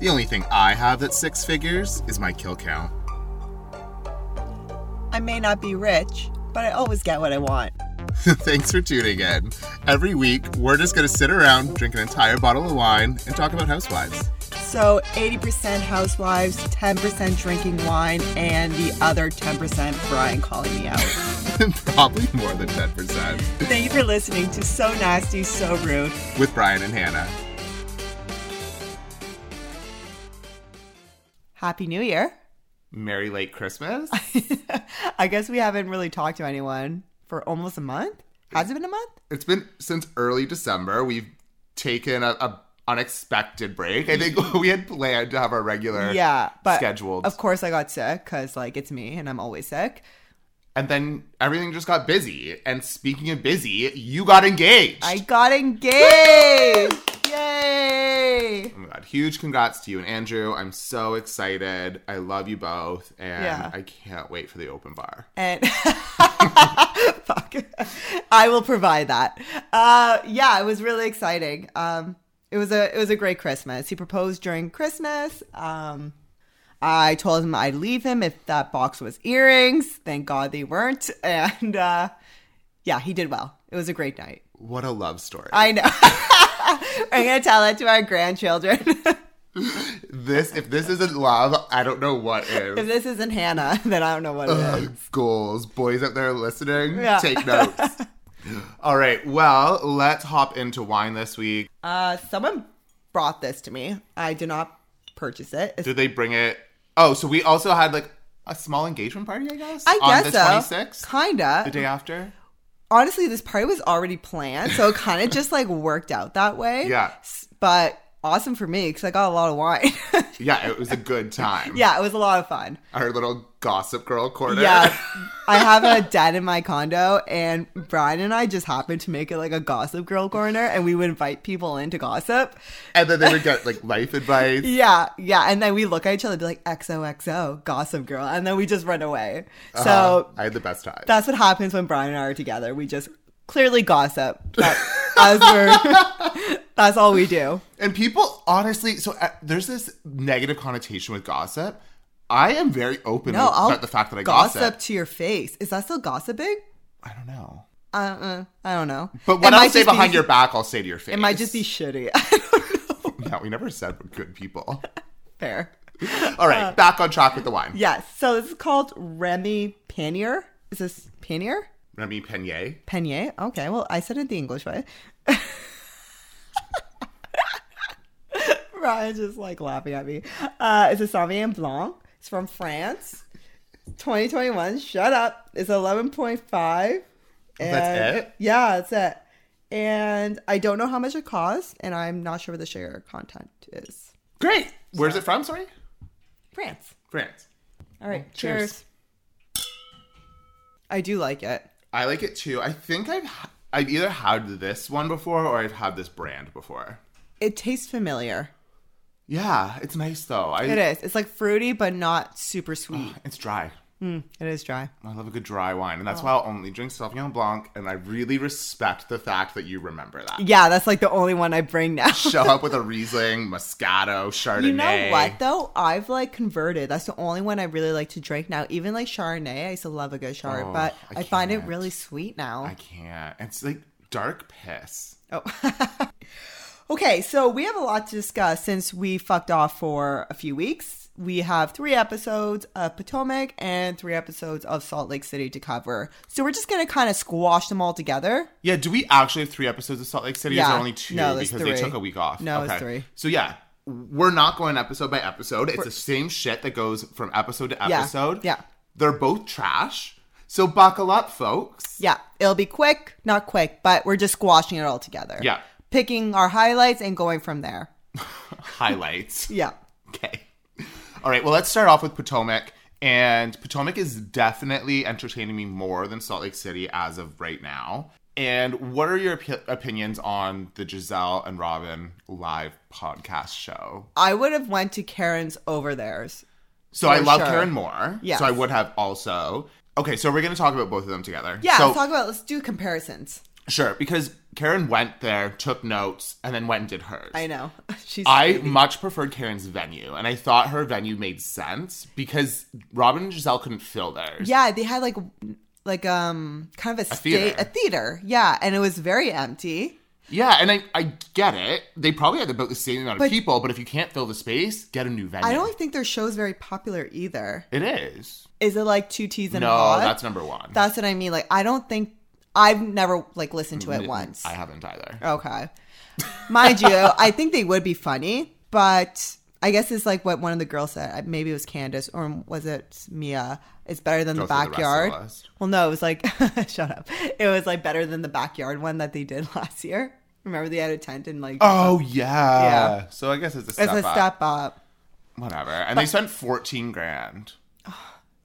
The only thing I have that's six figures is my kill count. I may not be rich, but I always get what I want. Thanks for tuning in. Every week, we're just going to sit around, drink an entire bottle of wine, and talk about housewives. So 80% housewives, 10% drinking wine, and the other 10% Brian calling me out. Probably more than 10%. Thank you for listening to So Nasty, So Rude. With Brian and Hannah. Happy New Year. Merry late Christmas. I guess we haven't really talked to anyone for almost a month. Has it been a month? it's been since early December. We've taken a, a unexpected break. I think we had planned to have our regular Yeah, but scheduled. of course I got sick because like it's me and I'm always sick. and then everything just got busy. And speaking of busy, you got engaged. I got engaged. Yay! Oh my god! Huge congrats to you and Andrew. I'm so excited. I love you both, and Yeah. I can't wait for the open bar. And fuck, I will provide that. Uh, yeah, it was really exciting. Um, it was a it was a great Christmas. He proposed during Christmas. Um, I told him I'd leave him if that box was earrings. Thank God they weren't. And uh, yeah, he did well. It was a great night. What a love story! I know. I'm gonna tell that to our grandchildren. this if this isn't love, I don't know what if is. this isn't Hannah, then I don't know what it is. Goals, boys out there listening, Yeah. take notes. All right, well, let's hop into wine this week. Uh, someone brought this to me. I did not purchase it. It's- Did they bring it? Oh, so we also had like a small engagement party, I guess. I on guess the so. 26th, Kinda. the day after. Honestly, this party was already planned, so it kind of just like worked out that way. Yeah. S- But awesome for me because I got a lot of wine. Yeah, it was a good time. yeah, it was a lot of fun. our little gossip girl corner. Yeah. I have a den in my condo, and Brian and I just happened to make it like a gossip girl corner, and we would invite people in to gossip. and then they would get like life advice. Yeah, yeah. And then we look at each other and be like, XOXO, gossip girl. And then we just run away. So Uh, I had the best time. That's what happens when Brian and I are together. We just clearly gossip. But as we're, that's all we do. and people, honestly, so uh, there's this negative connotation with gossip. I am very open No, with- I'll about the fact that I gossip. to your face. Is that still gossiping? I don't know. Uh, uh, I don't know. But It what might I say just be- behind your back, I'll say to your face. it might just be shitty. I don't know. No, we never said we're good people. Fair. All right, Uh, back on track with the wine. Yes. So this is called Remy Panier. Is this Panier? Remy Peignet. Panier. Okay. Well, I said it the English way. Ryan's just like laughing at me. Uh, it's a Sauvignon Blanc. It's from France. 2021. Shut up. It's 11.5. and- it? Yeah, that's it. And I don't know how much it costs, and I'm not sure what the sugar content is. Great. Where's it from? Sorry? France. France. All right. Cheers. Oh, cheers. I do like it. I like it too. I think I've h- I've either had this one before or I've had this brand before. It tastes familiar. Yeah, it's nice though. I, It is. It's like fruity, but not super sweet. It's dry. Oh, It is dry. I love a good dry wine, and that's Oh. why I'll only drink Sauvignon Blanc. And I really respect the fact that you remember that. Yeah, that's like the only one I bring now. Show up with a Riesling, Moscato, Chardonnay. You know what though? I've like converted. That's the only one I really like to drink now. Even like Chardonnay, I used to love a good Chard, Oh, but I, I find it can't. really sweet now. I can't. It's like dark piss. Oh. okay, so we have a lot to discuss since we fucked off for a few weeks. We have three episodes of Potomac and three episodes of Salt Lake City to cover. So we're just gonna kind of squash them all together. Yeah. Do we actually have three episodes of Salt Lake City? Or is Yeah. there only two No, there's because they three. took a week off? No, it's three. So yeah, we're not going episode by episode. It's the same shit that goes from episode to Yeah. episode. Yeah. They're both trash. So buckle up, folks. Yeah, it'll be quick, not quick, but we're just squashing it all together. Yeah. Picking our highlights and going from there. Highlights. Yeah. Okay. All right. Well, let's start off with Potomac. And Potomac is definitely entertaining me more than Salt Lake City as of right now. And what are your op- opinions on the Giselle and Robin live podcast show? I would have went to Karen's over theirs. So I For love sure. Karen more. Yes. So I would have also. Okay, so we're going to talk about both of them together. Yeah, So, let's talk about let's do comparisons. sure, because Karen went there, took notes, and then went and did hers. I know. She's I shady. much preferred Karen's venue, and I thought her venue made sense because Robin and Giselle couldn't fill theirs. Yeah, they had like like um kind of a, state theater. a theater. Yeah, and it was very empty. Yeah, and I, I get it. They probably had about the same amount of But- people, but if you can't fill the space, get a new venue. I don't think their show's very popular either. It is. Is it like two teas and a No, pod? that's number one. That's what I mean. Like I don't think I've never like listened to it once. Oh. I haven't either. Okay. Mind you, I think they would be funny, but I guess it's like what one of the girls said. I- Maybe it was Candace or was it Mia? It's better than the through the rest of the backyard. list. well, no, it was like shut up. It was like better than the backyard one that they did last year. Remember they had a tent and like Oh yeah. Yeah. So I guess it's a step it's a up. step up. Whatever. And they spent fourteen grand.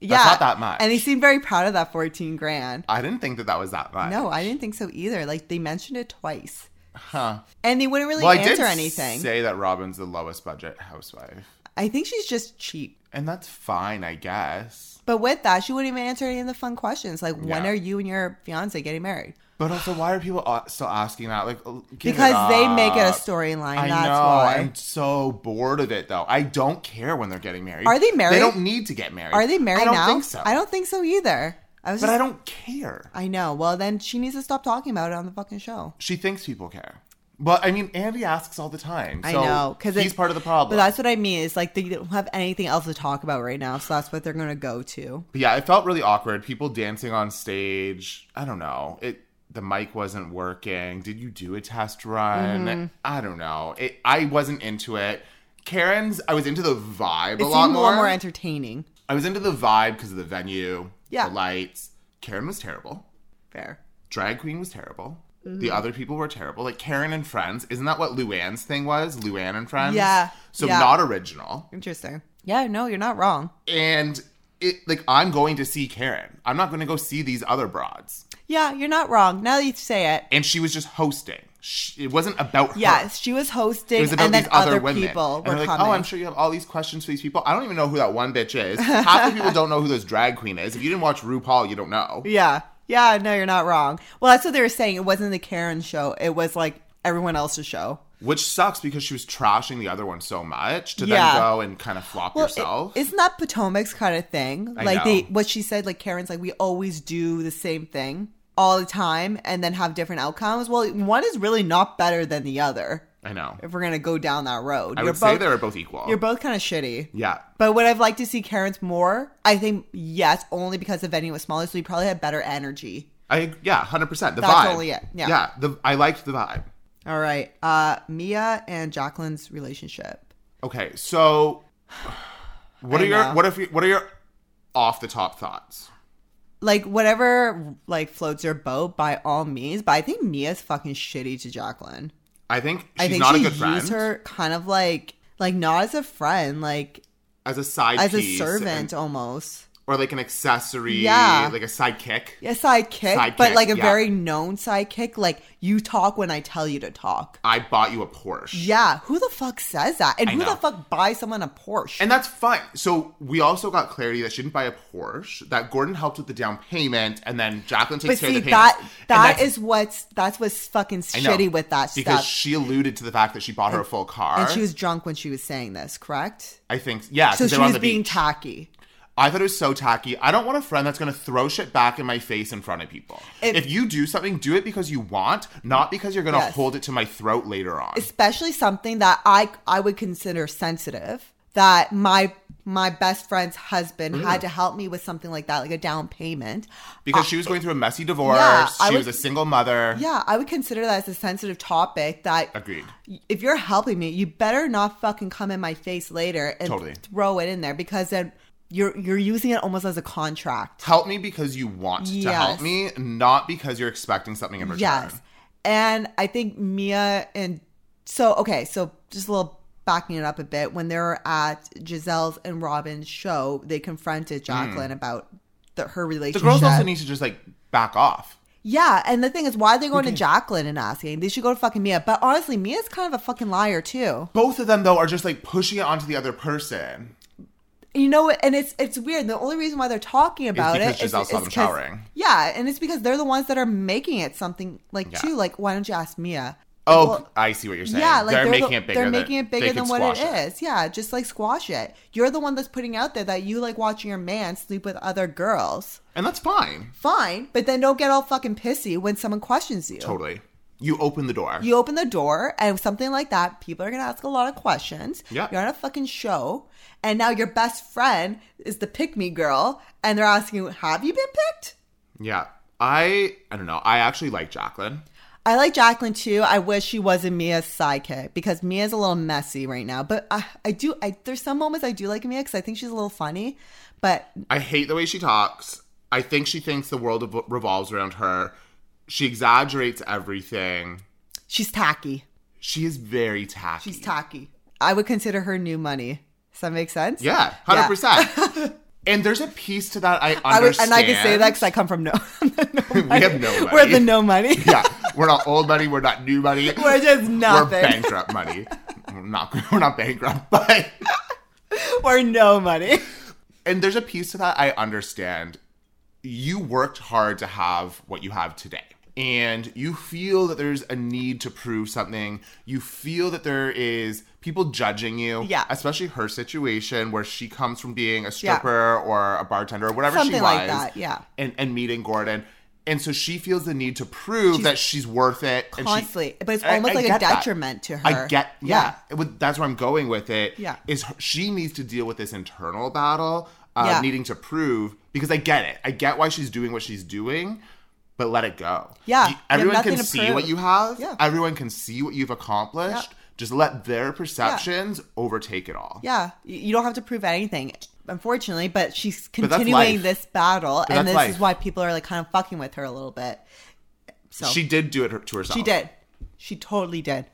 Yeah, not that much. And they seemed very proud of that fourteen grand. I didn't think that that was that much. No, I didn't think so either. Like they mentioned it twice, Huh. and they wouldn't really Well, I did answer anything. say that Robin's the lowest budget housewife, I think she's just cheap. and that's fine, I guess. But with that, she wouldn't even answer any of the fun questions, like when Yeah. are you and your fiance getting married? But also, why are people a- still asking that? Like, give it Because they make it a up. storyline. I That's know. why. I'm so bored of it, though. I don't care when they're getting married. Are they married? They don't need to get married. Are they married I don't now? Think so. I don't think so either. I was. But just, I don't care. I know. Well, then she needs to stop talking about it on the fucking show. She thinks people care. But I mean, Andy asks all the time. So I know because he's part of the problem. But that's what I mean. It's like they don't have anything else to talk about right now, so that's what they're going to go to. But yeah, it felt really awkward. People dancing on stage. I don't know. It the mic wasn't working. Did you do a test run? Mm-hmm. I don't know. It, I wasn't into it. Karen's. I was into the vibe It a seemed lot more. a lot more entertaining. I was into the vibe because of the venue. Yeah. The lights. Karen was terrible. Fair. Drag queen was terrible. Mm-hmm. The other people were terrible. Like Karen and Friends. Isn't that what Luann's thing was? Luann and Friends. Yeah, So yeah. not original. Interesting. Yeah. No, you're not wrong. and it like I'm going to see Karen. I'm not going to go see these other broads. Yeah, you're not wrong. Now that you say it. And she was just hosting. She, it wasn't about her. Yes, she was hosting, It was about and then these other, other, women. people and were they're like, coming. oh, I'm sure you have all these questions for these people. I don't even know who that one bitch is. Half the people don't know who this drag queen is. If you didn't watch RuPaul, you don't know. Yeah. Yeah, no, you're not wrong. Well, that's what they were saying. It wasn't the Karen show. It was like everyone else's show. Which sucks because she was trashing the other one so much to Yeah. then go and kind of flop Well, yourself. is isn't that Potomac's kind of thing? I like they know. what she said, like Karen's like, we always do the same thing all the time and then have different outcomes. Well, one is really not better than the other I know. if we're gonna go down that road. I you're would say both they were both equal. you're both kind of shitty. yeah. But would I've liked to see Karen's more? I think yes, only because the venue was smaller, so you probably had better energy. I yeah, hundred percent. The That's vibe. only it. Yeah. Yeah. The I liked the vibe. All right. Uh Mia and Jacqueline's relationship. Okay, so what I are your know. what if you, what are your off the top thoughts? like whatever like floats your boat by all means but i think mia's fucking shitty to jacqueline I think she's i think not she a good friend used her kind of like like not as a friend like as a side as a piece servant and- almost or like an accessory, Yeah. like a sidekick. a sidekick, but Sidekick, like a yeah. very known sidekick like you talk when i tell you to talk I bought you a Porsche, yeah who the fuck says that and I who know. the fuck buys someone a porsche and that's fine. So we also got clarity that she didn't buy a Porsche. That Gordon helped with the down payment, and then Jacqueline but takes care see of the payments. that And that that's- is what's that's what's fucking I know, shitty with that because stuff she alluded to the fact that she bought her a full car. and she was drunk when she was saying this correct I think, yeah, so 'cause they she were on the was being beach. tacky I thought it was so tacky. I don't want a friend that's going to throw shit back in my face in front of people. It- if you do something, do it because you want, not because you're going to Yes. hold it to my throat later on. especially something that I I would consider sensitive that my my best friend's husband had to help me with something like that like a down payment. because she was going through a messy divorce. Yeah, I she would- was a single mother. Yeah, I would consider that as a sensitive topic that Agreed. if you're helping me, you better not fucking come in my face later and Totally. throw it in there because then you're you're using it almost as a contract. Help me because you want to Yes. help me, not because you're expecting something in return. Yes. And I think Mia and so okay, so just a little backing it up a bit, when they were at Giselle's and Robin's show, they confronted Jacqueline about the, her Hmm. The relationship. girls also need to just like back off. yeah, and the thing is, why are they going to Jacqueline and asking? They should go to fucking Mia. But honestly, Mia's kind of a fucking liar too. Both of them though are just like pushing it onto the other person. you know, and it's it's weird. The only reason why they're talking about because it is Giselle is saw them 'cause- showering. Yeah, and it's because they're the ones that are making it something like Yeah. too. Like, why don't you ask Mia? Oh, Well, I see what you're saying. yeah, like they're, the- making it bigger. They're than- making it they bigger could than what squash it is. Yeah, just like squash it. You're the one that's putting out there that you like watching your man sleep with other girls. and that's fine. Fine, but then don't get all fucking pissy when someone questions you. Totally. You open the door. You open the door and something like that, people are gonna ask a lot of questions. Yeah. You're on a fucking show, and now your best friend is the pick me girl, and they're asking, Have you been picked? yeah, I I don't know. I actually like Jacqueline. I like Jacqueline too. I wish she wasn't Mia's sidekick because Mia's a little messy right now. But I, I do. I there's some moments I do like Mia because I think she's a little funny. But I hate the way she talks. I think she thinks the world ev- revolves around her. She exaggerates everything. she's tacky. She is very tacky. She's tacky. I would consider her new money. Does that make sense? Yeah, hundred percent. And there's a piece to that I understand. I would, and I can say that because I come from no. no money. have no We're money. the no money. yeah, we're not old money. We're not new money. We're just we're nothing. bankrupt money. We're not we're not bankrupt, but We're no money. and there's a piece to that I understand. You worked hard to have what you have today. And you feel that there's a need to prove something. You feel that there is people judging you. Yeah. Especially her situation where she comes from being a stripper or a bartender or whatever she Something was. like that, yeah. And and meeting Gordon. And so she feels the need to prove She's- that she's worth it. and she- Constantly, but it's I- almost I like a get that. detriment to her. I get, yeah. With- That's where I'm going with it. Yeah. is her- she needs to deal with this internal battle, uh, Yeah. needing to prove because I get it. I get why she's doing what she's doing, but let it go. Yeah, You- you have everyone nothing can to see prove. what you have. Yeah. everyone can see what you've accomplished. Just let their perceptions overtake it all. Yeah, you you don't have to prove anything, unfortunately. But she's that's continuing life. this battle, that's and this life. is why people are like kind of fucking with her a little bit. So She she, did do it her- to herself. did, she totally did.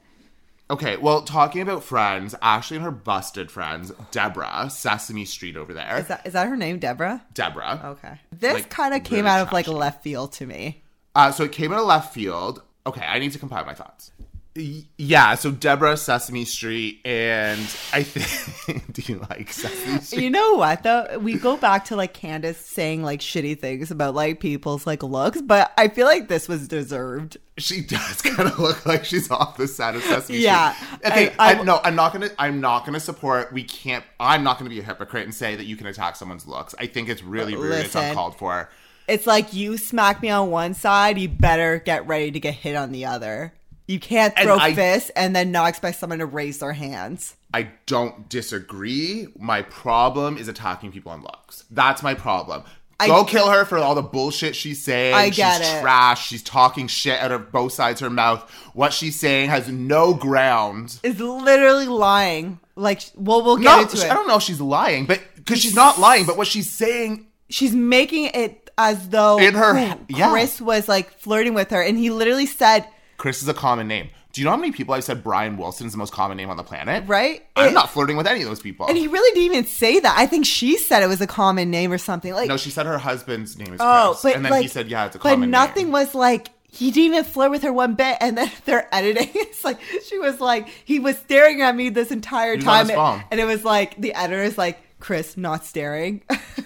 Okay, well, talking about friends, Ashley and her busted friends, Deborah, Sesame Street over there. Is that Oh, is that her name, Deborah? Deborah. Okay, this Like, kind of came really out of like trashy. left field to me. Uh, so it came out of left field. Okay, I need to compile my thoughts. Y- Yeah, so Deborah Sesame Street, and I think. Do you like Sesame Street? You know what though? We go back to like Candace saying like shitty things about like people's like looks, but I feel like this was deserved. She does kind of look like she's off the set of Sesame Yeah, Street. Okay, I, I- I- no, I'm not gonna. I'm not gonna support. We can't. I'm not gonna be a hypocrite and say that you can attack someone's looks. I think it's really rude. It's Listen. uncalled for. It's like you smack me on one side, you better get ready to get hit on the other. You can't And throw I- fists and then not expect someone to raise their hands. I don't disagree. My problem is attacking people on looks. That's my problem. I- Go kill her for all the bullshit she's saying. I get she's it. trash. She's talking shit out of both sides of her mouth. What she's saying has no ground. Is literally lying. Like, well, we'll get No, into I it. don't know if she's lying, but because she's not lying, but what she's saying, She's making it as though In her- yeah. Chris was like flirting with her, and he literally said, Chris is a common name. Do you know how many people I've said Brian Wilson's the most common name on the planet? right? I'm It- not flirting with any of those people. And he really didn't even say that. I think she said it was a common name or something. Like, no, she said her husband's name is oh, Chris, but and then like, he said, "Yeah, it's a but common name." nothing was like he didn't even flirt with her one bit. And then they're editing. It's like she was like he was staring at me this entire was on time, his phone. and it was like the editor is like Chris not staring.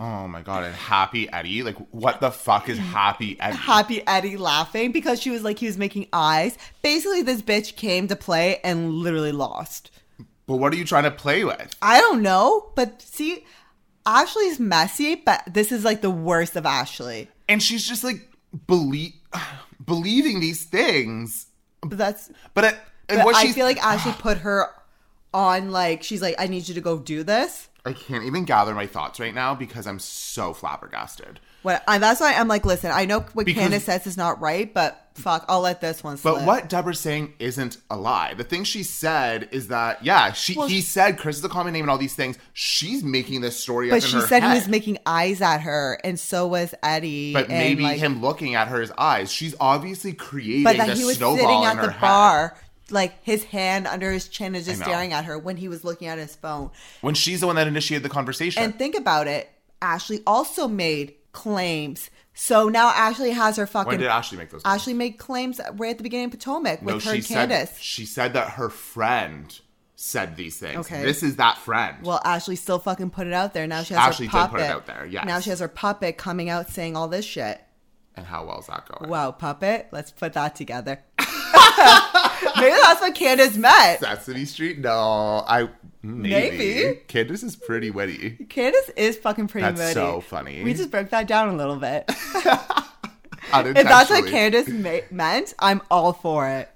Oh my god! And Happy Eddie, like what the fuck Mm. is Happy E? Eddie? Happy Eddie laughing because she was like he was making eyes. Basically, this bitch came to play and literally lost. But what are you trying to play with? I don't know, but see, Ashley's messy, but this is like the worst of Ashley. And she's just like belie- believing these things. But that's But, it, and But what I she's- feel like Ashley put her on like she's like, I need you to go do this. I can't even gather my thoughts right now because I'm so flabbergasted. What I, that's why I'm like, listen, I know what Because- Candace says is not right, but fuck, I'll let this one slip. But what Deborah's saying isn't a lie. The thing she said is that yeah, she Well, he said Chris is a common name and all these things. She's making this story up. But in she her said head. he was making eyes at her, and so was Eddie. But and, maybe like- him looking at her his eyes. She's obviously creating But that this he was snowball sitting in at her the head. bar, like his hand under his chin is just know. staring at her when he was looking at his phone. when she's the one that initiated the conversation. And think about it, Ashley also made claims. So now Ashley has her fucking when did Ashley make those? claims? Ashley made claims right at the beginning of Potomac with her she and Candace. said she said that her friend said these things. Okay. This is that friend. Well, Ashley still fucking put it out there. Now she has Ashley her did puppet. put it out there, yes. Now she has her puppet coming out saying all this shit. and how well is that going? Wow, puppet. Let's put that together. Maybe that's what Candace met. Sesame Street? No, I maybe. Maybe. Candace is pretty witty. Candace is fucking pretty That's moody. so funny. We just broke that down a little bit. Unintentionally. if that's what Candace ma- meant, I'm all for it.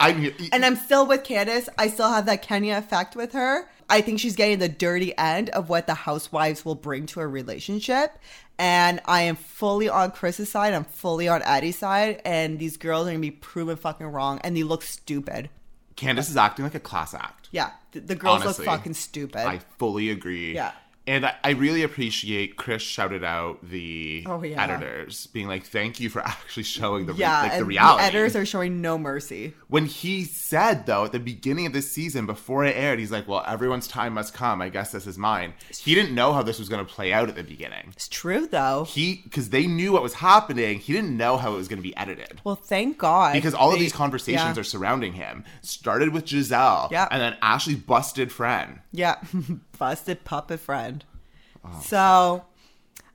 I'm here- And I'm still with Candace. I still have that Kenya effect with her. I think she's getting the dirty end of what the housewives will bring to a relationship. And I am fully on Chris's side. I'm fully on Addie's side. And these girls are going to be proven fucking wrong. And they look stupid. Candace is acting like a class act. Yeah. th- the girls Honestly, look fucking stupid. I fully agree. Yeah. And I, I really appreciate Chris shouted out the Oh, yeah. editors being like, "Thank you for actually showing the re- yeah. like and the reality." editors are showing no mercy. when he said though at the beginning of this season before it aired, he's like, "Well, everyone's time must come. I guess this is mine." He didn't know how this was going to play out at the beginning. It's true, though. He because they knew what was happening. He didn't know how it was going to be edited. Well, thank God. because all of They- these conversations yeah. are surrounding him. Started with Giselle, Yeah. and then Ashley busted friend. Yeah, busted puppet friend. Oh, so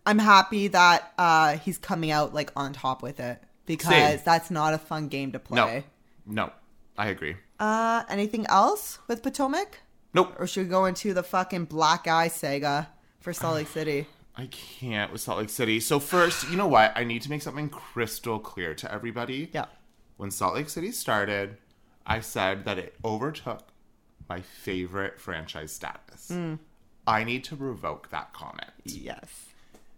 I'm happy that uh, he's coming out like on top with it because Same. that's not a fun game to No, play. no, I agree. Uh, anything else with Potomac? Nope, Or should we go into the fucking black eye saga for Salt Lake City? I can't with Salt Lake City. So first, you know what? I need to make something crystal clear to everybody. Yeah. When Salt Lake City started, I said that it overtook my favorite franchise status. I need to revoke that comment. Yes.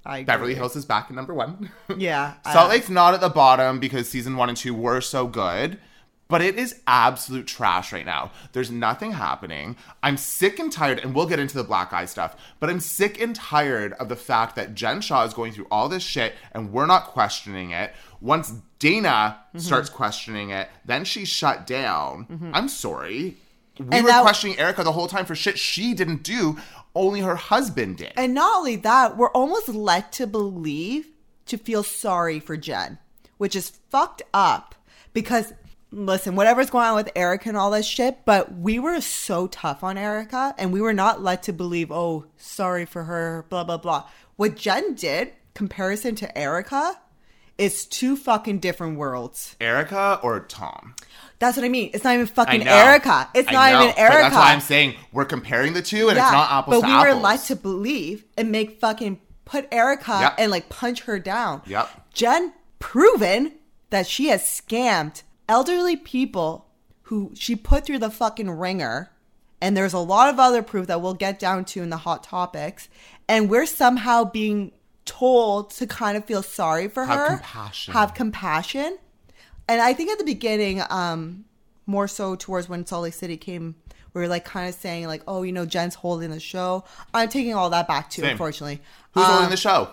I agree. Beverly Hills is back at number one. Yeah. Salt I- Lake's not at the bottom because season one and two were so good, but it is absolute trash right now. There's nothing happening. I'm sick and tired, and we'll get into the black eye stuff, but I'm sick and tired of the fact that Jen Shaw is going through all this shit and we're not questioning it. Once Dana Mm-hmm. starts questioning it, then she's shut down. I'm sorry. We And were that- questioning Erica the whole time for shit she didn't do, only her husband did. And not only that, we're almost led to believe to feel sorry for Jen, which is fucked up because listen, whatever's going on with Erica and all this shit, but we were so tough on Erica and we were not led to believe, oh, sorry for her, blah, blah, blah. What Jen did, comparison to Erica, is two fucking different worlds. Erica or Tom? That's what I mean. It's not even fucking know. Erica. It's I not know, even but Erica. that's why I'm saying we're comparing the two, and it's not apples But to we apples. were led to believe and make fucking put Erica Yep. and like punch her down. Yep. Jen proven that she has scammed elderly people who she put through the fucking ringer. And there's a lot of other proof that we'll get down to in the hot topics. And we're somehow being told to kind of feel sorry for Have her. compassion. Have compassion. And I think at the beginning, um, more so towards when Salt Lake City came, we were like kind of saying like, oh, you know, Jen's holding the show. I'm taking all that back too, Same. unfortunately. Who's Um, holding the show?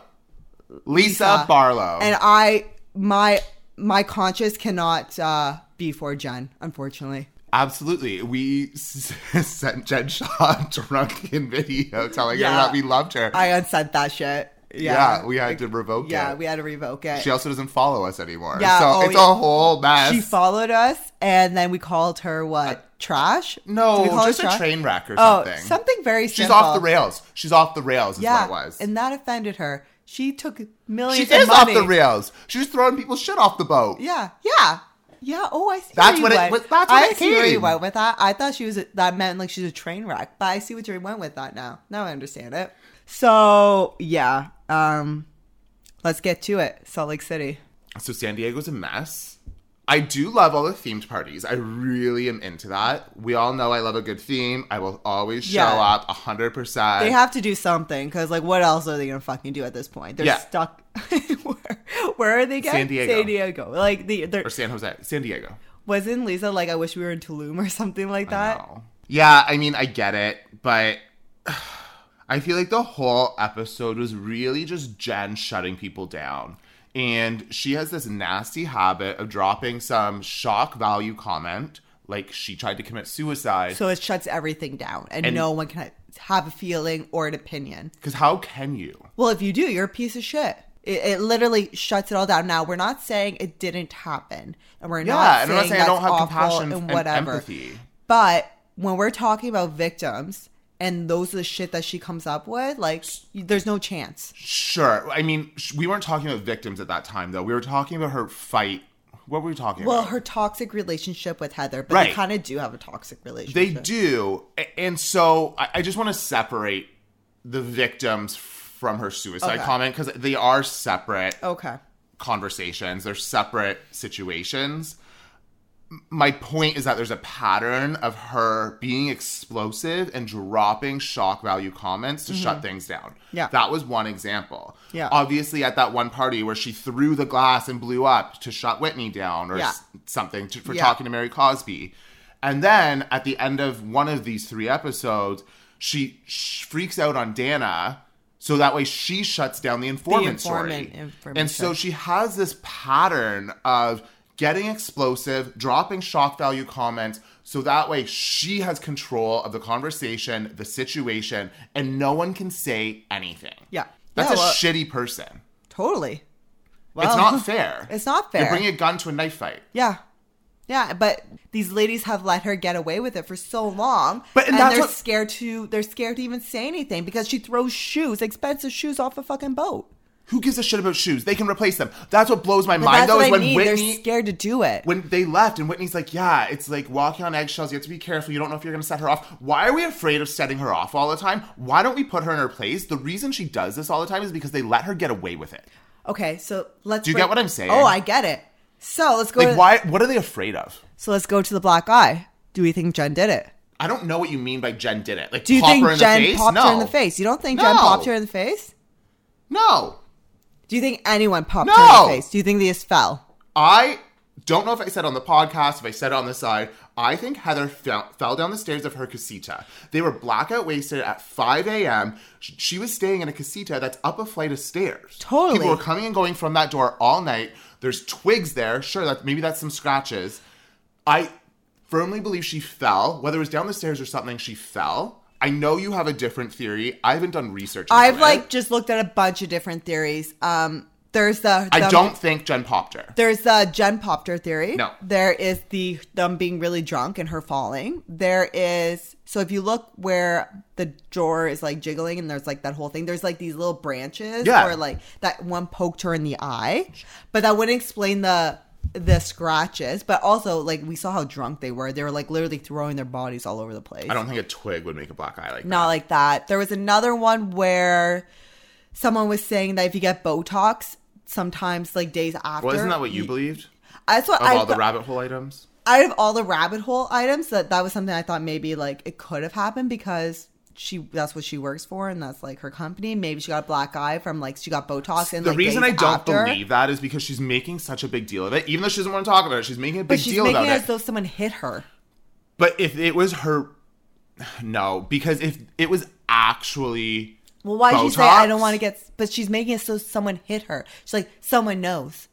Lisa, Lisa. Barlow. and I, my, my conscience cannot uh, be for Jen, unfortunately. Absolutely, we s- sent Jen Shaw a drunken video telling her Yeah. that we loved her. I unsent that shit. Yeah, yeah. we had to revoke yeah, it. we had to revoke it. she also doesn't follow us anymore. Yeah, so oh, it's yeah. a whole mess. she followed us, and then we called her what? trash? Did no, we call her just a trash? train wreck or Oh, something. something very She's simple. off the rails. She's off the rails. Is Yeah, what it was. and that offended her. She took she millions. is of off money. the rails. She's throwing people's shit off the boat. Yeah, yeah, yeah. Oh, I see. That's where what you it went. was- that's what I it see where you came. went with that. I thought she was a, that meant like she's a train wreck, but I see what you went with that now. Now I understand it. So yeah, um, let's get to it. Salt Lake City. So San Diego's a mess. I do love all the themed parties. I really am into that. We all know I love a good theme. I will always show Yeah. up up 100%. They have to do something because like what else are they gonna fucking do at this point? They're Yeah. stuck. where, where are they going? San Diego. San Diego. Like the there or San Jose, San Diego. wasn't Lisa like I wish we were in Tulum or something like that. No. Yeah, I mean, I get it, but I feel like the whole episode was really just Jen shutting people down. And she has this nasty habit of dropping some shock value comment, like she tried to commit suicide. So it shuts everything down, and, And- no one can have a feeling or an opinion. Because how can you? Well, if you do, you're a piece of shit. It, it literally shuts it all down. Now, we're not saying it didn't happen, and we're Yeah, not and saying I'm not saying I that's don't have awful compassion and and whatever. empathy. But when we're talking about victims and those are the shit that she comes up with, like there's no chance. Sure. I mean, sh- we weren't talking about victims at that time, though. We were talking about her fight. What were we talking Well, about? her toxic relationship with Heather, but they Right. kind of do have a toxic They relationship. do. A- And so I, I just want to separate the victims from her suicide Okay. comment because they are separate Okay. conversations, they're separate situations. M- My point is that there's a pattern of her being explosive and dropping shock value comments to shut things down. Mm-hmm. Yeah. That was one example. Yeah. Obviously, at that one party where she threw the glass and blew up to shut Whitney down or Yeah. s- something to, for Yeah. talking to Mary Cosby. And then at the end of one of these three episodes, she sh- freaks out on Dana. So that way she shuts down the informant, informant- story. informant and so she has this pattern of getting explosive, dropping shock value comments. So that way she has control of the conversation, the situation, and no one can say anything. Yeah. That's Yeah, a well- shitty person. Totally. it's Well, not fair. it's not You're fair. bringing a gun to a knife fight. Yeah. Yeah, but these ladies have let her get away with it for so long. But- and and that's they're what- scared to they're scared to even say anything because she throws shoes, expensive shoes off a fucking boat. Who gives a shit about shoes? They can replace them. That's what blows my But mind that's though what is I when mean. Whitney they're scared to do it. when they left and Whitney's like, yeah, it's like walking on eggshells. You have to be careful. You don't know if you're going to set her off. Why are we afraid of setting her off all the time? Why don't we put her in her place? The reason she does this all the time is because they let her get away with it. Okay, so let's Do you get what I'm saying? Oh, I get it. So let's go Like, to, why? What are they afraid of? So let's go to the black eye. Do we think Jen did it? I don't know what you mean by Jen did it. Like, Do you pop think her in Jen the face? popped no. her in the face? You don't think Jen No. popped her in the face? No. Do you think anyone popped her in No. the face? Do you think they just fell? I don't know if I said on the podcast, if I said it on the side, I think Heather fell, fell down the stairs of her casita. They were blackout wasted at 5 a.m. Sh- She was staying in a casita that's up a flight of stairs. Totally. People were coming and going from that door all night. There's twigs there. Sure, that maybe that's some scratches. I firmly believe she fell, whether it was down the stairs or something, she fell. I know you have a different theory. I haven't done research. into I've it. like just looked at a bunch of different theories. Um, there's the, I them- don't think Jen popped her. There's the Jen Popter theory. No. There is the them being really drunk and her falling. There is so if you look where the drawer is like jiggling and there's like that whole thing. There's like these little branches Yeah. or like that one poked her in the eye, but that wouldn't explain the the scratches. But also like we saw how drunk they were. They were like literally throwing their bodies all over the place. I don't think a twig would make a black eye like that. Not like that. There was another one where someone was saying that if you get Botox, sometimes like days after. Well, isn't that what you believed? That's what Of I all the thought- rabbit hole items? out of all the rabbit hole items that that was something i thought maybe like it could have happened because she that's what she works for and that's like her company maybe she got a black eye from like she got botox and The like, reason I days don't after. believe that is because she's making such a big deal of it. Even though she doesn't want to talk about it, she's making a big but she's deal making about it it. as though someone hit her but if it was her. No, because if it was actually. well why did she say i Botox? don't want to get s-" but she's making it so someone hit her she's like someone knows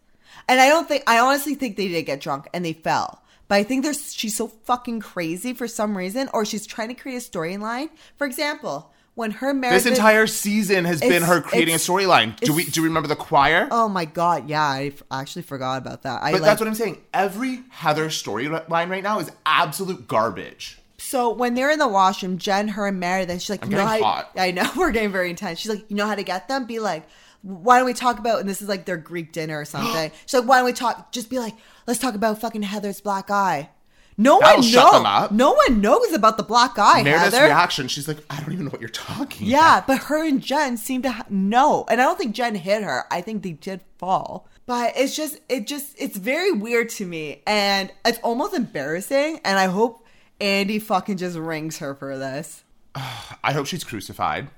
and i don't think i honestly think they did get drunk and they fell but I think there's she's so fucking crazy for some reason, or she's trying to create a storyline. For example, when her marriage This entire season has been It's- her creating a it's- storyline. Do we it's- do we remember the choir? Oh my god, yeah, I f- actually forgot about that. I but like, that's what I'm saying. Every Heather storyline right now is absolute garbage. so when they're in the washroom, Jen, her, and Mary, then she's like, you know, getting how- hot. I know we're getting very intense. She's like, you know how to get them? Be like, why don't we talk about? And this is like their Greek dinner or something. she's like, why don't we talk? Just be like, let's talk about fucking Heather's black eye. No That'll one knows. shut them up. No one knows about the black eye, Meredith's Heather. reaction, she's like, I don't even know what you're talking Yeah, but her and Jen seem to ha- know, and I don't think Jen hit her. I think they did fall, but it's just it just it's very weird to me, and it's almost embarrassing. And I hope Andy fucking just rings her for this. about. I hope she's crucified.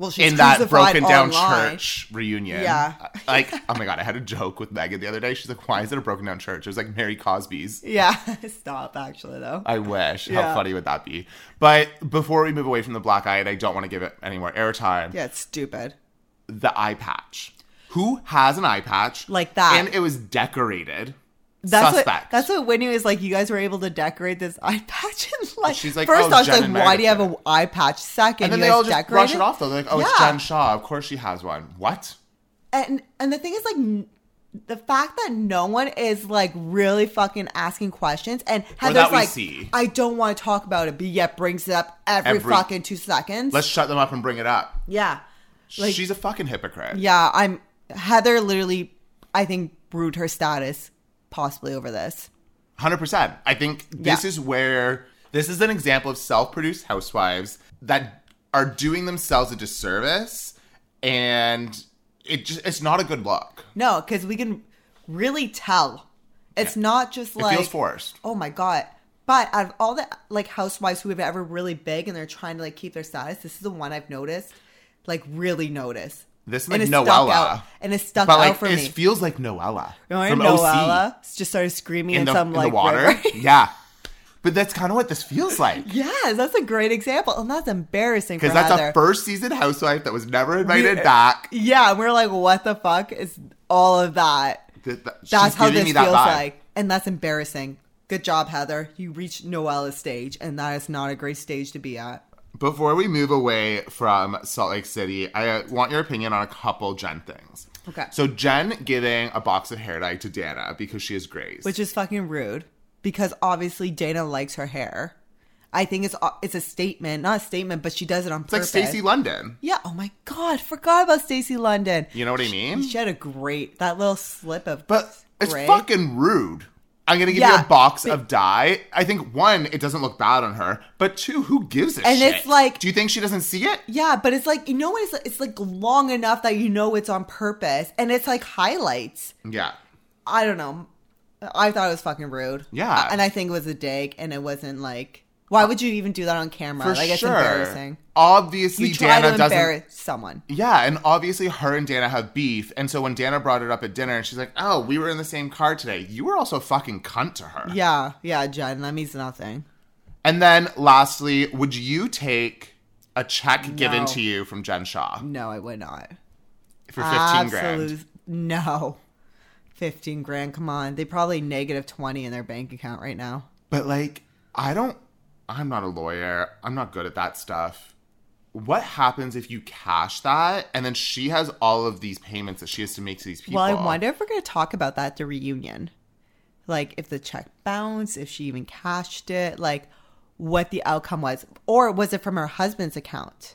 Well, she's in that crucified broken down online. church reunion. Yeah. Like, oh my God, I had a joke with Megan the other day. She's like, why is it a broken down church? It was like Mary Cosby's. Yeah, stop. Actually, though. I wish. Yeah. How funny would that be? But before we move away from the black eye, and I don't want to give it any more airtime, yeah, it's stupid. the eye patch. Who has an eye patch? Like that. And it was decorated. That's Suspect. what that's what Whitney was like. You guys were able to decorate this eye patch, and like She's like, first oh, I was Jen like, and why do you have Meredith an eye patch? and Second, then you they guys all just decorated brush it off, though. They're like, oh, it's Yeah. Jen Shaw. Of course she has one. What? and and the thing is like n- the fact that no one is like really fucking asking questions and that Heather's we like, see. I don't want to talk about it, but yet brings it up every, Every- fucking two seconds. Let's shut them up and bring it up. yeah. Like- She's a fucking hypocrite. Yeah, I'm Heather literally I think brewed her status possibly over this. Hundred percent. I think this Yeah. is where this is an example of self-produced housewives that are doing themselves a disservice, and it just it's not a good look. No, because we can really tell. It's not just It like feels forced. Oh my god. But out of all the like housewives who have ever really big and they're trying to like keep their status, this is the one I've noticed, like really noticed. This is and like it stuck out, Noella, and it stuck but out like for it me. feels like Noella Remember from OC Noella just started screaming in at the, some in like the water. river. yeah, but that's kind of what this feels like yes, that's a great example, and that's embarrassing because for that's Heather. a first season housewife that was never invited We- back. yeah, and we're like, what the fuck is all of that? Th- th- That's she's how giving this me feels that vibe. like, and that's embarrassing. Good job, Heather. You reached Noella's stage, and that is not a great stage to be at. Before we move away from Salt Lake City, I uh, want your opinion on a couple Jen things. Okay. So Jen giving a box of hair dye to Dana because she is Grace. which is fucking rude because obviously Dana likes her hair. I think it's uh, it's a statement, not a statement, but she does it on it's like purpose. Stacey London. Yeah. Oh my god, forgot about Stacey London. You know what I mean? She had a great that little slip of but it's gray. fucking rude. I'm gonna give you Yeah, a box of dye. I think one, it doesn't look bad on her, but two, who gives a And shit? it's like- do you think she doesn't see it? Yeah, but it's like you know what? It's like, it's like long enough that you know it's on purpose, and it's like highlights. Yeah, I don't know. I thought it was fucking rude. Yeah. and I think it was a dig, and it wasn't like. Why would you even do that on camera? for like it's sure. embarrassing. Obviously, You try Dana to doesn't embarrass someone. Yeah, and obviously her and Dana have beef, and so when Dana brought it up at dinner, and she's like, "Oh, we were in the same car today. You were also a fucking cunt to her." Yeah, yeah, Jen. That means nothing. And then lastly, would you take a check given No. to you from Jen Shaw No, I would not. for fifteen grand? No. 15 grand. Come on. They probably negative 20 in their bank account right now. But like, I don't. I'm not a lawyer. I'm not good at that stuff. What happens if you cash that, and then she has all of these payments that she has to make to these people? Well, I wonder if we're going to talk about that at the reunion. Like, if the check bounced, if she even cashed it, like what the outcome was. Or was it from her husband's account?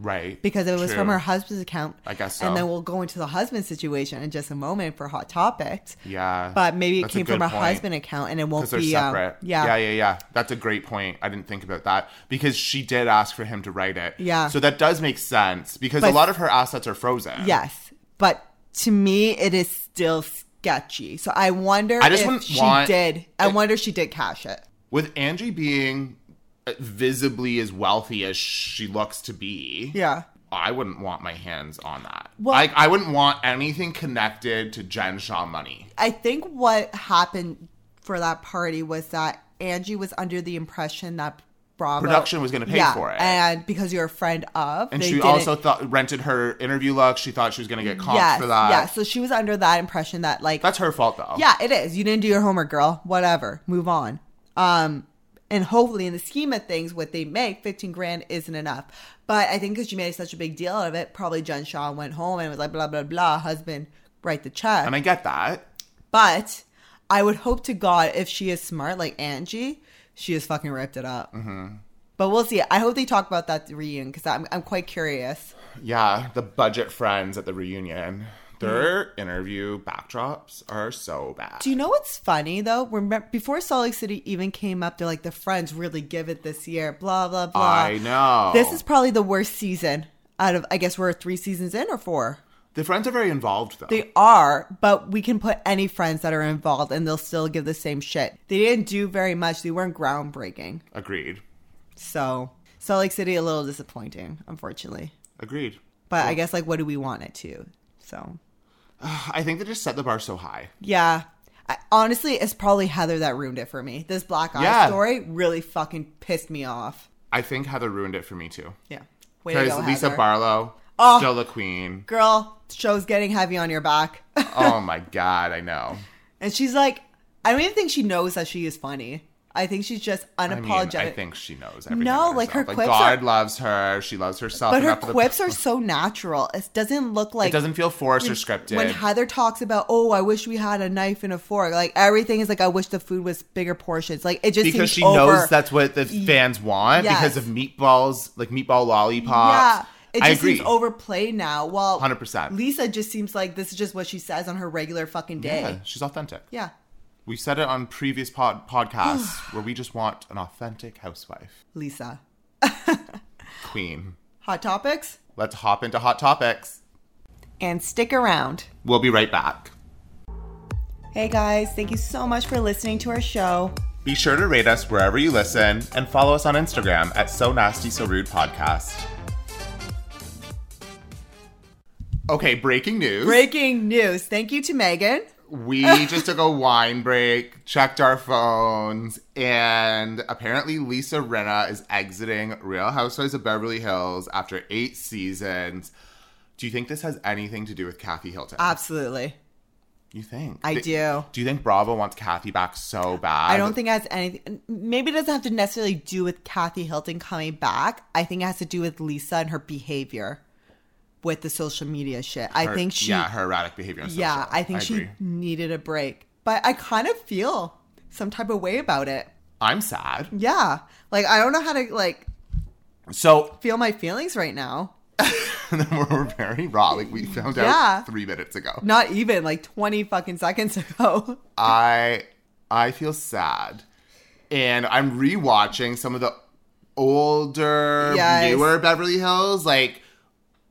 right? Because if it was from True. her husband's account. I guess so. And then we'll go into the husband situation in just a moment for Hot Topics. Yeah, But maybe it that's a came from her good point. husband account and it won't because they're be. um, separate. yeah. yeah, yeah, yeah. That's a great point. I didn't think about that because she did ask for him to write it. Yeah. so that does make sense because a But- lot of her assets are frozen. Yes, but to me, it is still sketchy. So I wonder I just if wouldn't she want- did. I wonder if she did cash it. with Angie being uh, visibly as wealthy as she looks to be. Yeah. I wouldn't want my hands on that. Well- like I wouldn't want anything connected to Jen Shaw money. I think what happened for that party was that Angie was under the impression that Bravo Production was gonna pay for it. and because you're a friend of, And they she didn't- also thought rented her interview look. She thought she was going to get comp yes, for that. yeah. So she was under that impression that like That's her fault though. Yeah, it is. You didn't do your homework, girl. Whatever. Move on. Um, and hopefully, in the scheme of things, what they make, fifteen grand isn't enough. But I think because you made such a big deal out of it, probably Jen Shaw went home and was like, blah blah blah, husband, write the check. And I get that. but I would hope to God if she is smart like Angie, she has fucking ripped it up. Mm-hmm. But we'll see. I hope they talk about that reunion because I'm I'm quite curious. Yeah, the budget friends at the reunion. Their interview backdrops are so bad. Do you know what's funny though? Remember before Salt Lake City even came up, they're like the friends really give it this year. Blah blah blah. I know. uh, This is probably the worst season out of, I guess we're three seasons in or four. the friends are very involved though. They are, but we can put any friends that are involved and they'll still give the same shit. They didn't do very much, they weren't groundbreaking. Agreed. So, Salt Lake City, a little disappointing, unfortunately. Agreed. But I guess, like, what do we want it to? So, I think they just set the bar so high. yeah. I, honestly, it's probably Heather that ruined it for me. This black eye Yeah. story really fucking pissed me off. I think Heather ruined it for me too. Yeah. Way to Because go, Lisa Heather. Barlow, Oh. still the queen. Girl, show's getting heavy on your back. Oh my god, I know. And she's like, I don't even think she knows that she is funny. I think she's just I mean, I unapologetic. think she knows everything. No, about like, her herself. quips God are- loves her. She loves herself. but her enough of the- quips are so natural. It doesn't look like It doesn't feel forced or scripted. when Heather talks about, oh, I wish we had a knife and a fork. Like everything is like, I wish the food was bigger portions. Like it just because seems she over. knows that's what the fans want yes. because of meatballs, like meatball lollipops. Yeah, it I just agree. seems overplayed now. Well, 100%. Lisa just seems like this is just what she says on her regular fucking yeah, day. she's authentic. Yeah. We've said it on previous pod- podcasts where we just want an authentic housewife Lisa. queen. Hot topics Let's hop into hot topics. and stick around. We'll be right back. Hey guys, thank you so much for listening to our show. Be sure to rate us wherever you listen and follow us on Instagram at So Nasty So Rude Podcast. Okay, breaking news. Breaking news. Thank you to Megan. We just took a wine break, checked our phones, and apparently Lisa Renna is exiting Real Housewives of Beverly Hills after eight seasons. Do you think this has anything to do with Kathy Hilton? Absolutely. you think? Uh, I Th- do. Do you think Bravo wants Kathy back so bad? I don't think it has anything. Maybe it doesn't have to necessarily do with Kathy Hilton coming back. I think it has to do with Lisa and her behavior with the social media shit. I Her- think she, yeah, yeah, her erratic behavior. on social. I think she agree. needed a break. But I kind of feel some type of way about it. I'm sad. Yeah, like I don't know how to like So feel my feelings right now. we're very raw. Like we found Yeah. out three minutes ago. Not even like twenty fucking seconds ago. I I feel sad, and I'm rewatching some of the older, Yes. newer Beverly Hills, like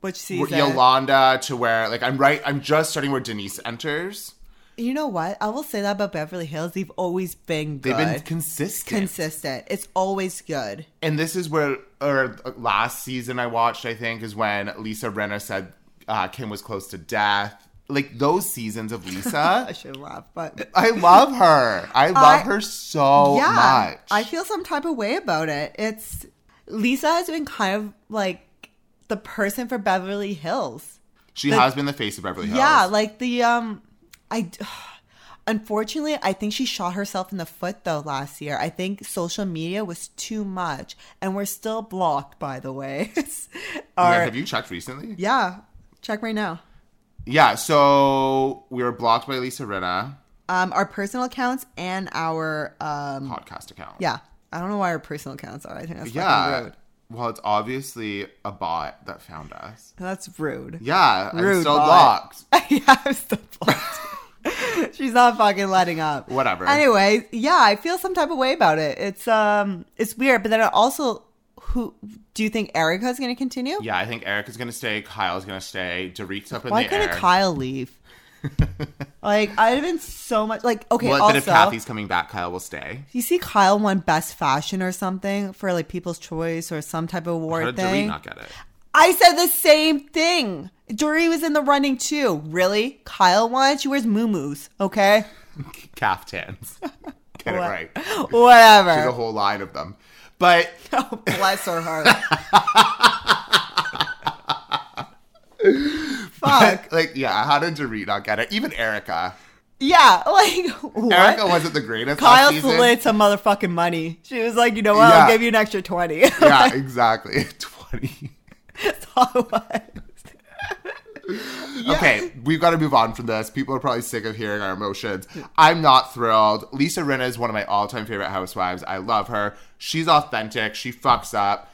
Which season? where- Yolanda to where like I'm right. I'm just starting where Denise enters. You know what? I will say that about Beverly Hills. They've always been good. They've been consistent, consistent. It's always good. and this is where or uh, last season I watched. I think is when Lisa Renner said uh, Kim was close to death. Like those seasons of I Lisa. should laugh, but I love her. I love I- her so yeah, much. I feel some type of way about it. It's Lisa has been kind of like the person for Beverly Hills. she has been the face of Beverly Hills. Yeah, like the um, I. Unfortunately, I think she shot herself in the foot though last year. I think social media was too much, and we're still blocked, by the way. Yeah, Our, have you checked recently? yeah, check right now. Yeah, so we were blocked by Lisa Rinna, Um, our personal accounts and our um, podcast account. yeah. I don't know why our personal accounts are. I think that's Yeah. fucking rude. Well, it's obviously a bot that found us. That's rude. Yeah, I'm Rude still bot. blocked. yeah, I'm still blocked. She's not fucking letting up. Whatever. Anyway, yeah, I feel some type of way about it. It's um, it's weird, but then it also, who do you think Erica's going to continue? Yeah, I think Eric is gonna stay. Kyle's gonna stay. Derek's up in Why the couldn't air. Kyle leave? like I've been so much like okay. well, but also, if Kathy's coming back, Kyle will stay. you see Kyle won Best Fashion or something for like People's Choice or some type of award How did Derek thing. not get it? I said the same thing. Dory was in the running too. Really? Kyle won? She wears moo okay? Caftans. Get it What- right. Whatever. There's a whole line of them. But Oh, bless her heart. Fuck. like, yeah, how did Derek not get it? Even Erica. Yeah, like what? Erica wasn't the greatest. last Kyle season. slid some motherfucking money. She was like, you know what? Yeah. I'll give you an extra twenty. Yeah, exactly. Twenty. That's all it was. Okay, we've got to move on from this. People are probably sick of hearing our emotions. I'm not thrilled. Lisa Rinna is one of my all time favorite housewives. I love her. She's authentic. She fucks up.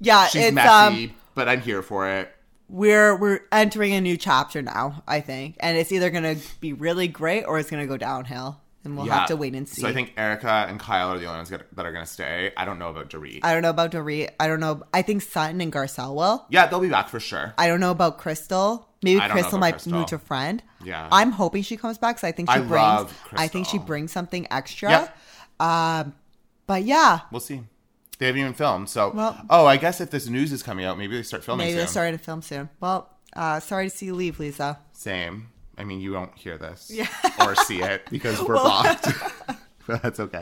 Yeah, She's it's messy, um, but I'm here for it. we're we're entering a new chapter now. I think, and it's either gonna be really great or it's gonna go downhill, and we'll have to wait and see. So I think Erica and Kyle are the only ones that that are going to stay. I don't know about Dorit. I don't know about Dorit. I don't know. I think Sutton and Garcelle will. yeah, they'll be back for sure. I don't know about Crystal. Maybe I don't know Crystal about might Crystal. move to friend. Yeah. I'm hoping she comes back because I think she I brings. love I think she Crystal. brings something extra. Yep. Um, but yeah, We'll see. They haven't even filmed. So, Well- oh, I guess if this news is coming out, maybe they start filming maybe soon. they're starting to film soon. Well, uh, sorry to see you leave, Lisa. Same. I mean, you won't hear this or see it because we're blocked. But That's okay.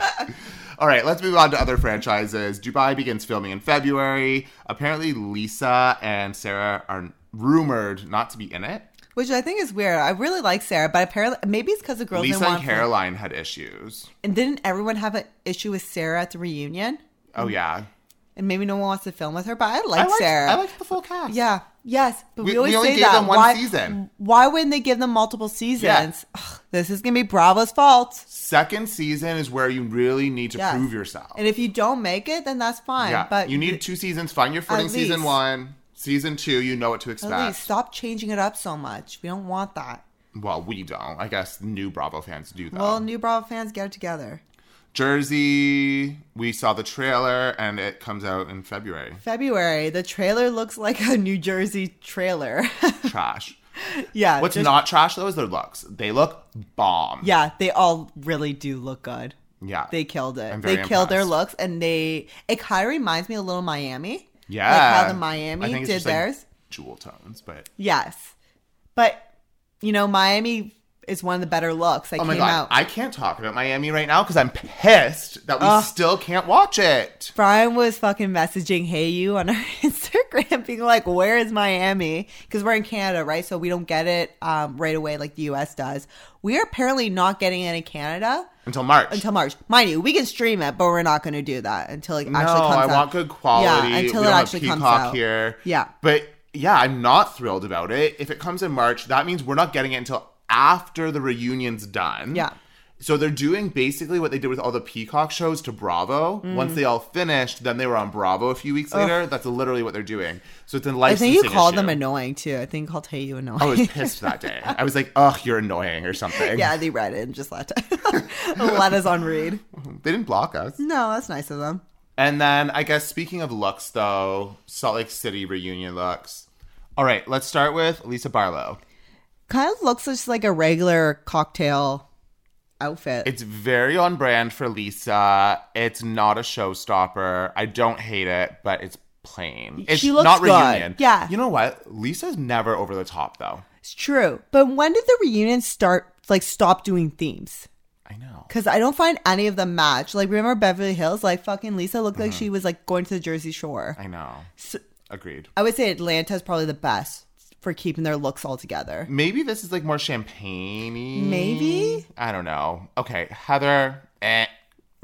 All right, let's move on to other franchises. Dubai begins filming in February. Apparently, Lisa and Sarah are rumored not to be in it. which I think is weird. I really like Sarah, but apparently maybe it's because the girls Lisa didn't and want. her- Caroline had issues. and didn't everyone have an issue with Sarah at the reunion? Oh yeah, And maybe no one wants to film with her. But I like liked- Mm. Sarah. I liked the full cast. yeah. Yes, but we, We- we always only say gave that. them one why, season. Why wouldn't they give them multiple seasons? Ugh, this is gonna be Bravo's fault. Second season is where you really need to Yes. prove yourself. And if you don't make it, then that's fine. yeah, but you need two seasons. Find your footing. At Season least. one, season two, you know what to at expect. least stop changing it up so much. We don't want that. Well, we don't. I guess new Bravo fans do though. Well, new Bravo fans get it together. Jersey, we saw the trailer and it comes out in February. February, the trailer looks like a New Jersey trailer. Trash. yeah. What's just- not trash though is their looks. They look bomb. Yeah, they all really do look good. Yeah. They killed it. I'm They very killed their impressed. looks, and they it kind of reminds me a little Miami. yeah. like how the I Miami think it's did just, like, theirs. jewel tones, but Yes, but you know Miami is one of the better looks that Oh my came god, out. I can't talk about Miami right now because I'm pissed that we Ugh. still can't watch it. Brian was fucking messaging Hey You on our Instagram, being like, "Where is Miami?" Because we're in Canada, right? So we don't get it um, right away like the U.S. does. We are apparently not getting it in Canada Until March. until March, mind you. We can stream it, but we're not going to do that until it no, actually comes I out. want good quality. Yeah, until we it don't actually have comes Peacock out. here. Yeah. But yeah, I'm not thrilled about it. If it comes in March, that means we're not getting it until after the reunion's done. Yeah. So they're doing basically what they did with all the Peacock shows to Bravo. Mm. Once they all finished, then they were on Bravo a few weeks later. That's literally what they're doing. So it's a I licensing think you called them issue. annoying too. I think you called Hey You annoying. I was pissed that day. I was like, "Ugh, you're annoying" or something. yeah, they read it and just let let us on read. They didn't block us. No, that's nice of them. And then I guess speaking of looks though, Salt Lake City reunion looks. All right, let's start with Lisa Barlow. Kind of looks just like a regular cocktail outfit. It's very on brand for Lisa. It's not a showstopper. I don't hate it, but it's plain. It's She looks not good. reunion. Yeah. You know what? Lisa's never over the top though. It's true. But when did the reunion start? Like stop doing themes I know. because I don't find any of them match. Like remember Beverly Hills? Like fucking Lisa looked Mm-hmm. like she was like going to the Jersey Shore. I know. Agreed. I would say Atlanta is probably the best for keeping their looks all together. Maybe this is like more champagne. Maybe? I don't know. Okay, Heather. Eh.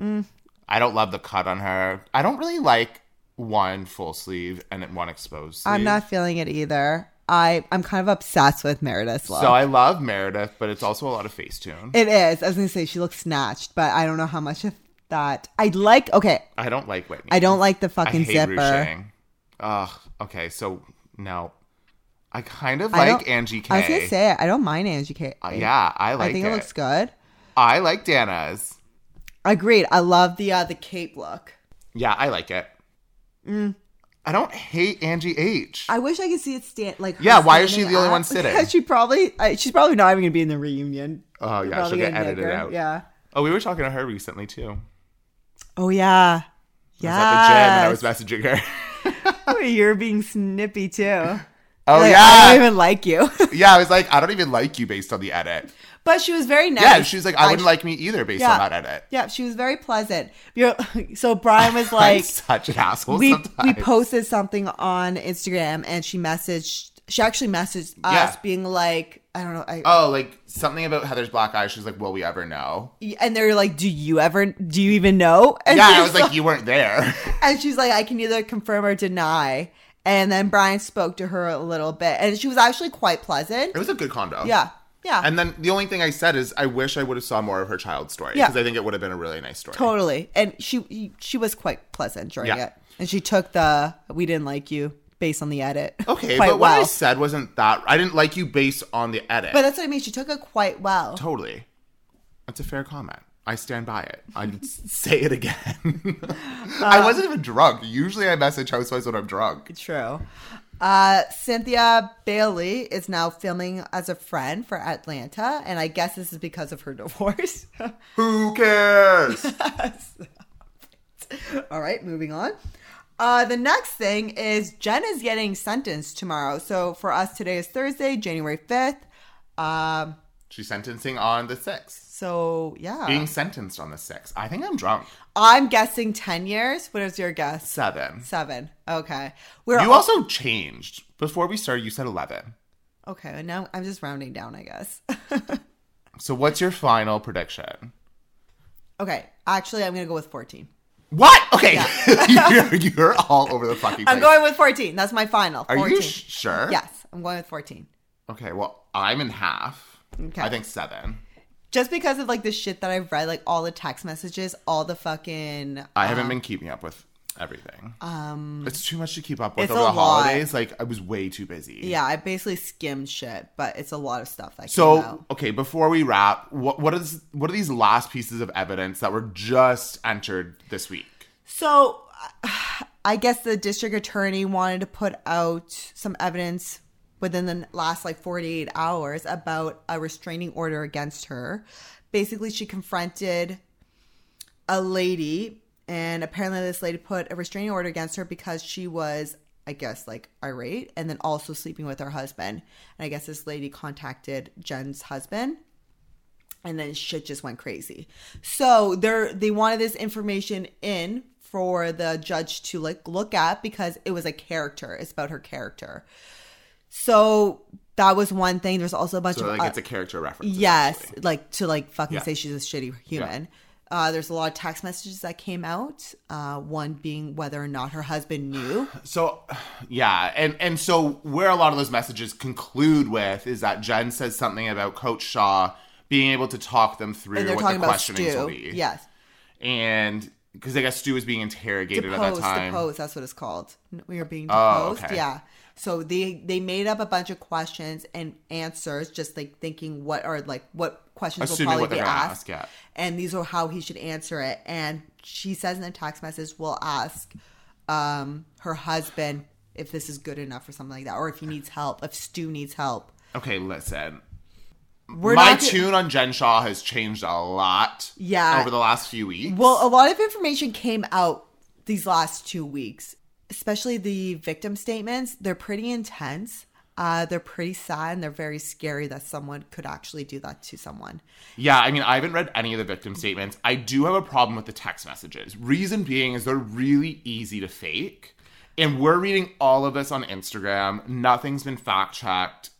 Mm. I don't love the cut on her. I don't really like one full sleeve and one exposed sleeve. I'm not feeling it either. I I'm kind of obsessed with Meredith's look. So I love Meredith, but it's also a lot of Facetune. It is. I was gonna say she looks snatched, but I don't know how much of that. I like. Okay, I don't like Whitney. I don't like the I fucking hate zipper. ruching. Ugh. Okay, so no. I kind of I don't- like Angie K. I was gonna say I don't mind Angie K. I Uh, yeah, I like think it. it looks good. I like Dana's. Agreed. I love the uh, the cape look. Yeah, I like it. Mm. I don't hate Angie H. I wish I could see it stand like. her Yeah, why is she standing the only up. one sitting? Because she probably I, she's probably not even gonna be in the reunion. Oh yeah, she'll Probably get gonna edited nigger. out. Yeah. Oh, we were talking to her recently too. Oh yeah. I was at the gym and I Yeah. was messaging her. You're being snippy too. oh Like, I yeah, don't even like you. yeah. I was like, I don't even like you based on the edit. but she was very nice. Yeah, and she was like, I wouldn't like. like me either based Yeah. on that edit. Yeah, she was very pleasant. You're, so Brian was Like like, such an asshole. we we sometimes. posted something on Instagram, and she messaged. She actually messaged us, Yeah. being like, I don't know. I, oh, like something about Heather's black eye. She was like, Will we ever know? and they're like, Do you ever? Do you even know? And Yeah, I she's was like, you weren't there. and she's like, I can either confirm or deny. And then Brian spoke to her a little bit, and she was actually quite pleasant. It was a good condo. Yeah, yeah, And then the only thing I said is I wish I would have saw more of her child story Yeah. because I think it would have been a really nice story. totally. And she she was quite pleasant during Yeah. it, and she took the "we didn't like you" based on the edit. Okay, quite but what I well. said wasn't that. I didn't like you based on the edit. But that's what I mean. She took it quite well. Totally. That's a fair comment. I stand by it. I say it again. I wasn't even drunk. Usually I message housewives when I'm drunk. True. Uh, Cynthia Bailey is now filming as a friend for Atlanta, and I guess this is because of her divorce. Who cares? All right, moving on. Uh, the next thing is Jen is getting sentenced tomorrow. So for us, today is Thursday, January 5th. Um, She's sentencing on the 6th. so yeah, Being sentenced on the 6th. I think I'm drunk. I'm guessing 10 years. What is your guess? 7. Seven. Okay. We're You also changed. Before we started, you said 11. Okay, and now I'm just rounding down, I guess. So what's your final prediction? okay, actually, I'm gonna go with 14. What? Okay, you're, you're all over the fucking. Place. I'm going with 14. That's my final. 14. Are you sh- sure? Yes, I'm going with 14. Okay. Well, I'm in half. Okay. I think seven. Just because of like the shit that I've read, like all the text messages, all the fucking. I haven't been keeping up with everything. Um, it's too much to keep up with it's over a the lot. holidays. Like I was way too busy. Yeah, I basically skimmed shit, but it's a lot of stuff that. came out. So okay, before we wrap, what what is what are these last pieces of evidence that were just entered this week? So I guess the district attorney wanted to put out some evidence within the last like 48 hours about a restraining order against her. Basically, she confronted a lady, and apparently, this lady put a restraining order against her because she was. I guess like irate and then also sleeping with her husband. And I guess this lady contacted Jen's husband and then shit just went crazy. So they they wanted this information in for the judge to like look at because it was a character. It's about her character. So that was one thing. There's also a bunch So of like uh, it's a character reference. yes, essentially. like to like fucking Yeah. say she's a shitty human. Uh, there's a lot of text messages that came out. Uh, one being whether or not her husband knew. So yeah, and and so where a lot of those messages conclude with is that Jen says something about Coach Shaw being able to talk them through And they're what talking the about questioning will Stu. be. Yes. and because I guess Stu was being interrogated at that deposed, time. deposed. That's what it's called. N- We are being Oh, deposed. okay. Yeah. So they they made up a bunch of questions and answers, just like thinking what are like what questions Assuming will probably what they're be gonna asked, ask, yeah. and these are how he should answer it. And she says in the text message, "We'll ask um, her husband if this is good enough or something like that, or if he needs help, if Stu needs help." Okay, listen. We're My not. tune on Jen Shaw has changed a lot. Yeah. Over the last few weeks. Well, a lot of information came out these last two weeks, especially the victim statements. They're pretty intense. Uh, they're pretty sad and they're very scary that someone could actually do that to someone. Yeah, I mean, I haven't read any of the victim statements. I do have a problem with the text messages. Reason being is they're really easy to fake. And we're reading all of this on Instagram. Nothing's been fact checked.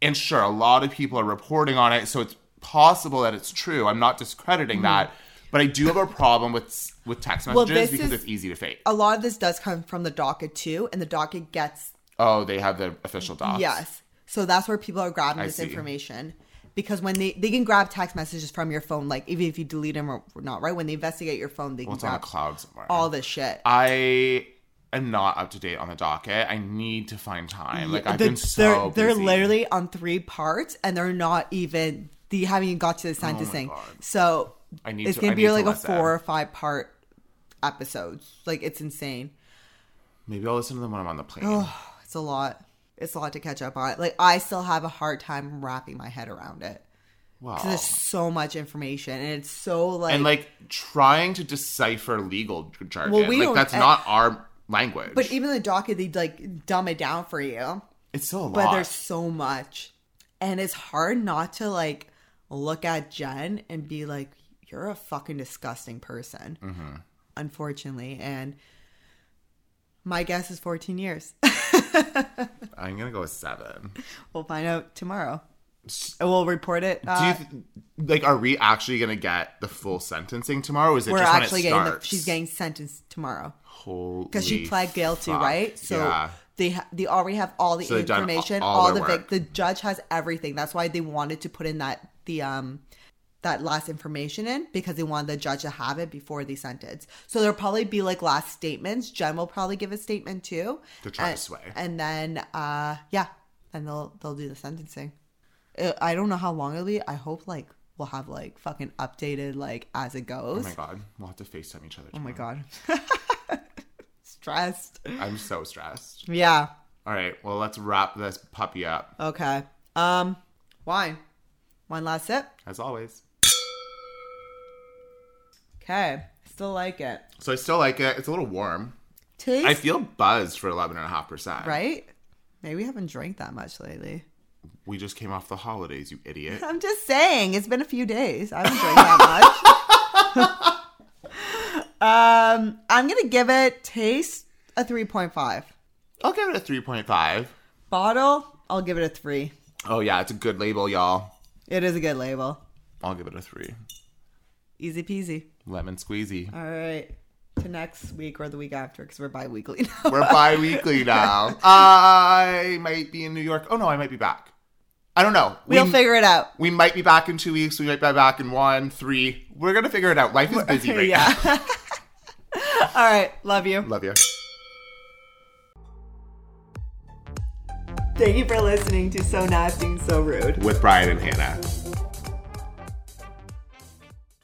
And sure, a lot of people are reporting on it, so it's possible that it's true. I'm not discrediting that. But I do have a problem with with text messages Mm-hmm. this because is- it's easy to fake. A lot of this does come from the docket too, and the docket gets Oh, they have the official docs. yes. So that's where people are grabbing this see. information because when they they can grab text messages from your phone, like even if you delete them or not, right? When they investigate your phone, they can It's on a grab cloud somewhere. all this shit. I am not up to date on the docket. I need to find time. Like I've The- been so they're, busy. they're literally on three parts and they're not even they haven't even got to the scientist thing Oh God. so I need it's to- gonna I be need to like a listen. four or five part episodes like it's insane Maybe I'll listen to them when I'm on the plane. Oh, it's a lot it's a lot to catch up on like i still have a hard time wrapping my head around it wow. 'Cause there's so much information and it's so like, Oh. and like trying to decipher legal jargon. Well, we like don't- e- that's not our language. but even the docket they like dumb it down for you it's still a lot. but there's so much and it's hard not to like look at jen and be like you're a fucking disgusting person Mm-hmm. unfortunately and my guess is 14 years I'm gonna go with seven. we'll find out tomorrow And we'll report it Do you uh, th- like? Are we actually gonna get the full sentencing tomorrow? Or is it we're just when actually it getting the, starts? she's getting sentenced tomorrow Holy because she pled guilty fuck. right so yeah. Oh they ha- they already have all the So they've done information all all, their the vic- work. the judge has everything that's why they wanted to put in that the um that last information in because they wanted the judge to have it before they sentence so there'll probably be like last statements jen will probably give a statement too To try to And- sway. and then uh yeah and they'll they'll do the sentencing Uh, i don't know how long it'll be i hope like we'll have like fucking updated like as it goes Oh my god, we'll have to Facetime each other. oh my tomorrow. god stressed I'm so stressed. yeah All right, well, let's wrap this puppy up Okay. Um, wine. One last sip. as always. Okay. Still like it. So I still like it. It's a little warm. Taste I feel buzzed for 11.5%. right. Maybe we haven't drank that much lately. We just came off the holidays, you idiot. I'm just saying, it's been a few days. I haven't drank that much. um, I'm gonna give it taste a 3.5. I'll give it a 3.5. Bottle I'll give it a three. Oh yeah, it's a good label, y'all. It is a good label. I'll give it a three. Easy peasy. Lemon squeezy. All right. To next week or the week after because we're bi weekly now. We're bi-weekly now. I might be in New York. Oh no, I might be back. I don't know. we'll we, figure it out. we might be back in two weeks. We might be back in one, three. We're gonna figure it out. Life is busy right yeah. All right. Love you. now. Love you. Thank you for listening to So Nasty, So Rude. With Brian and Hannah.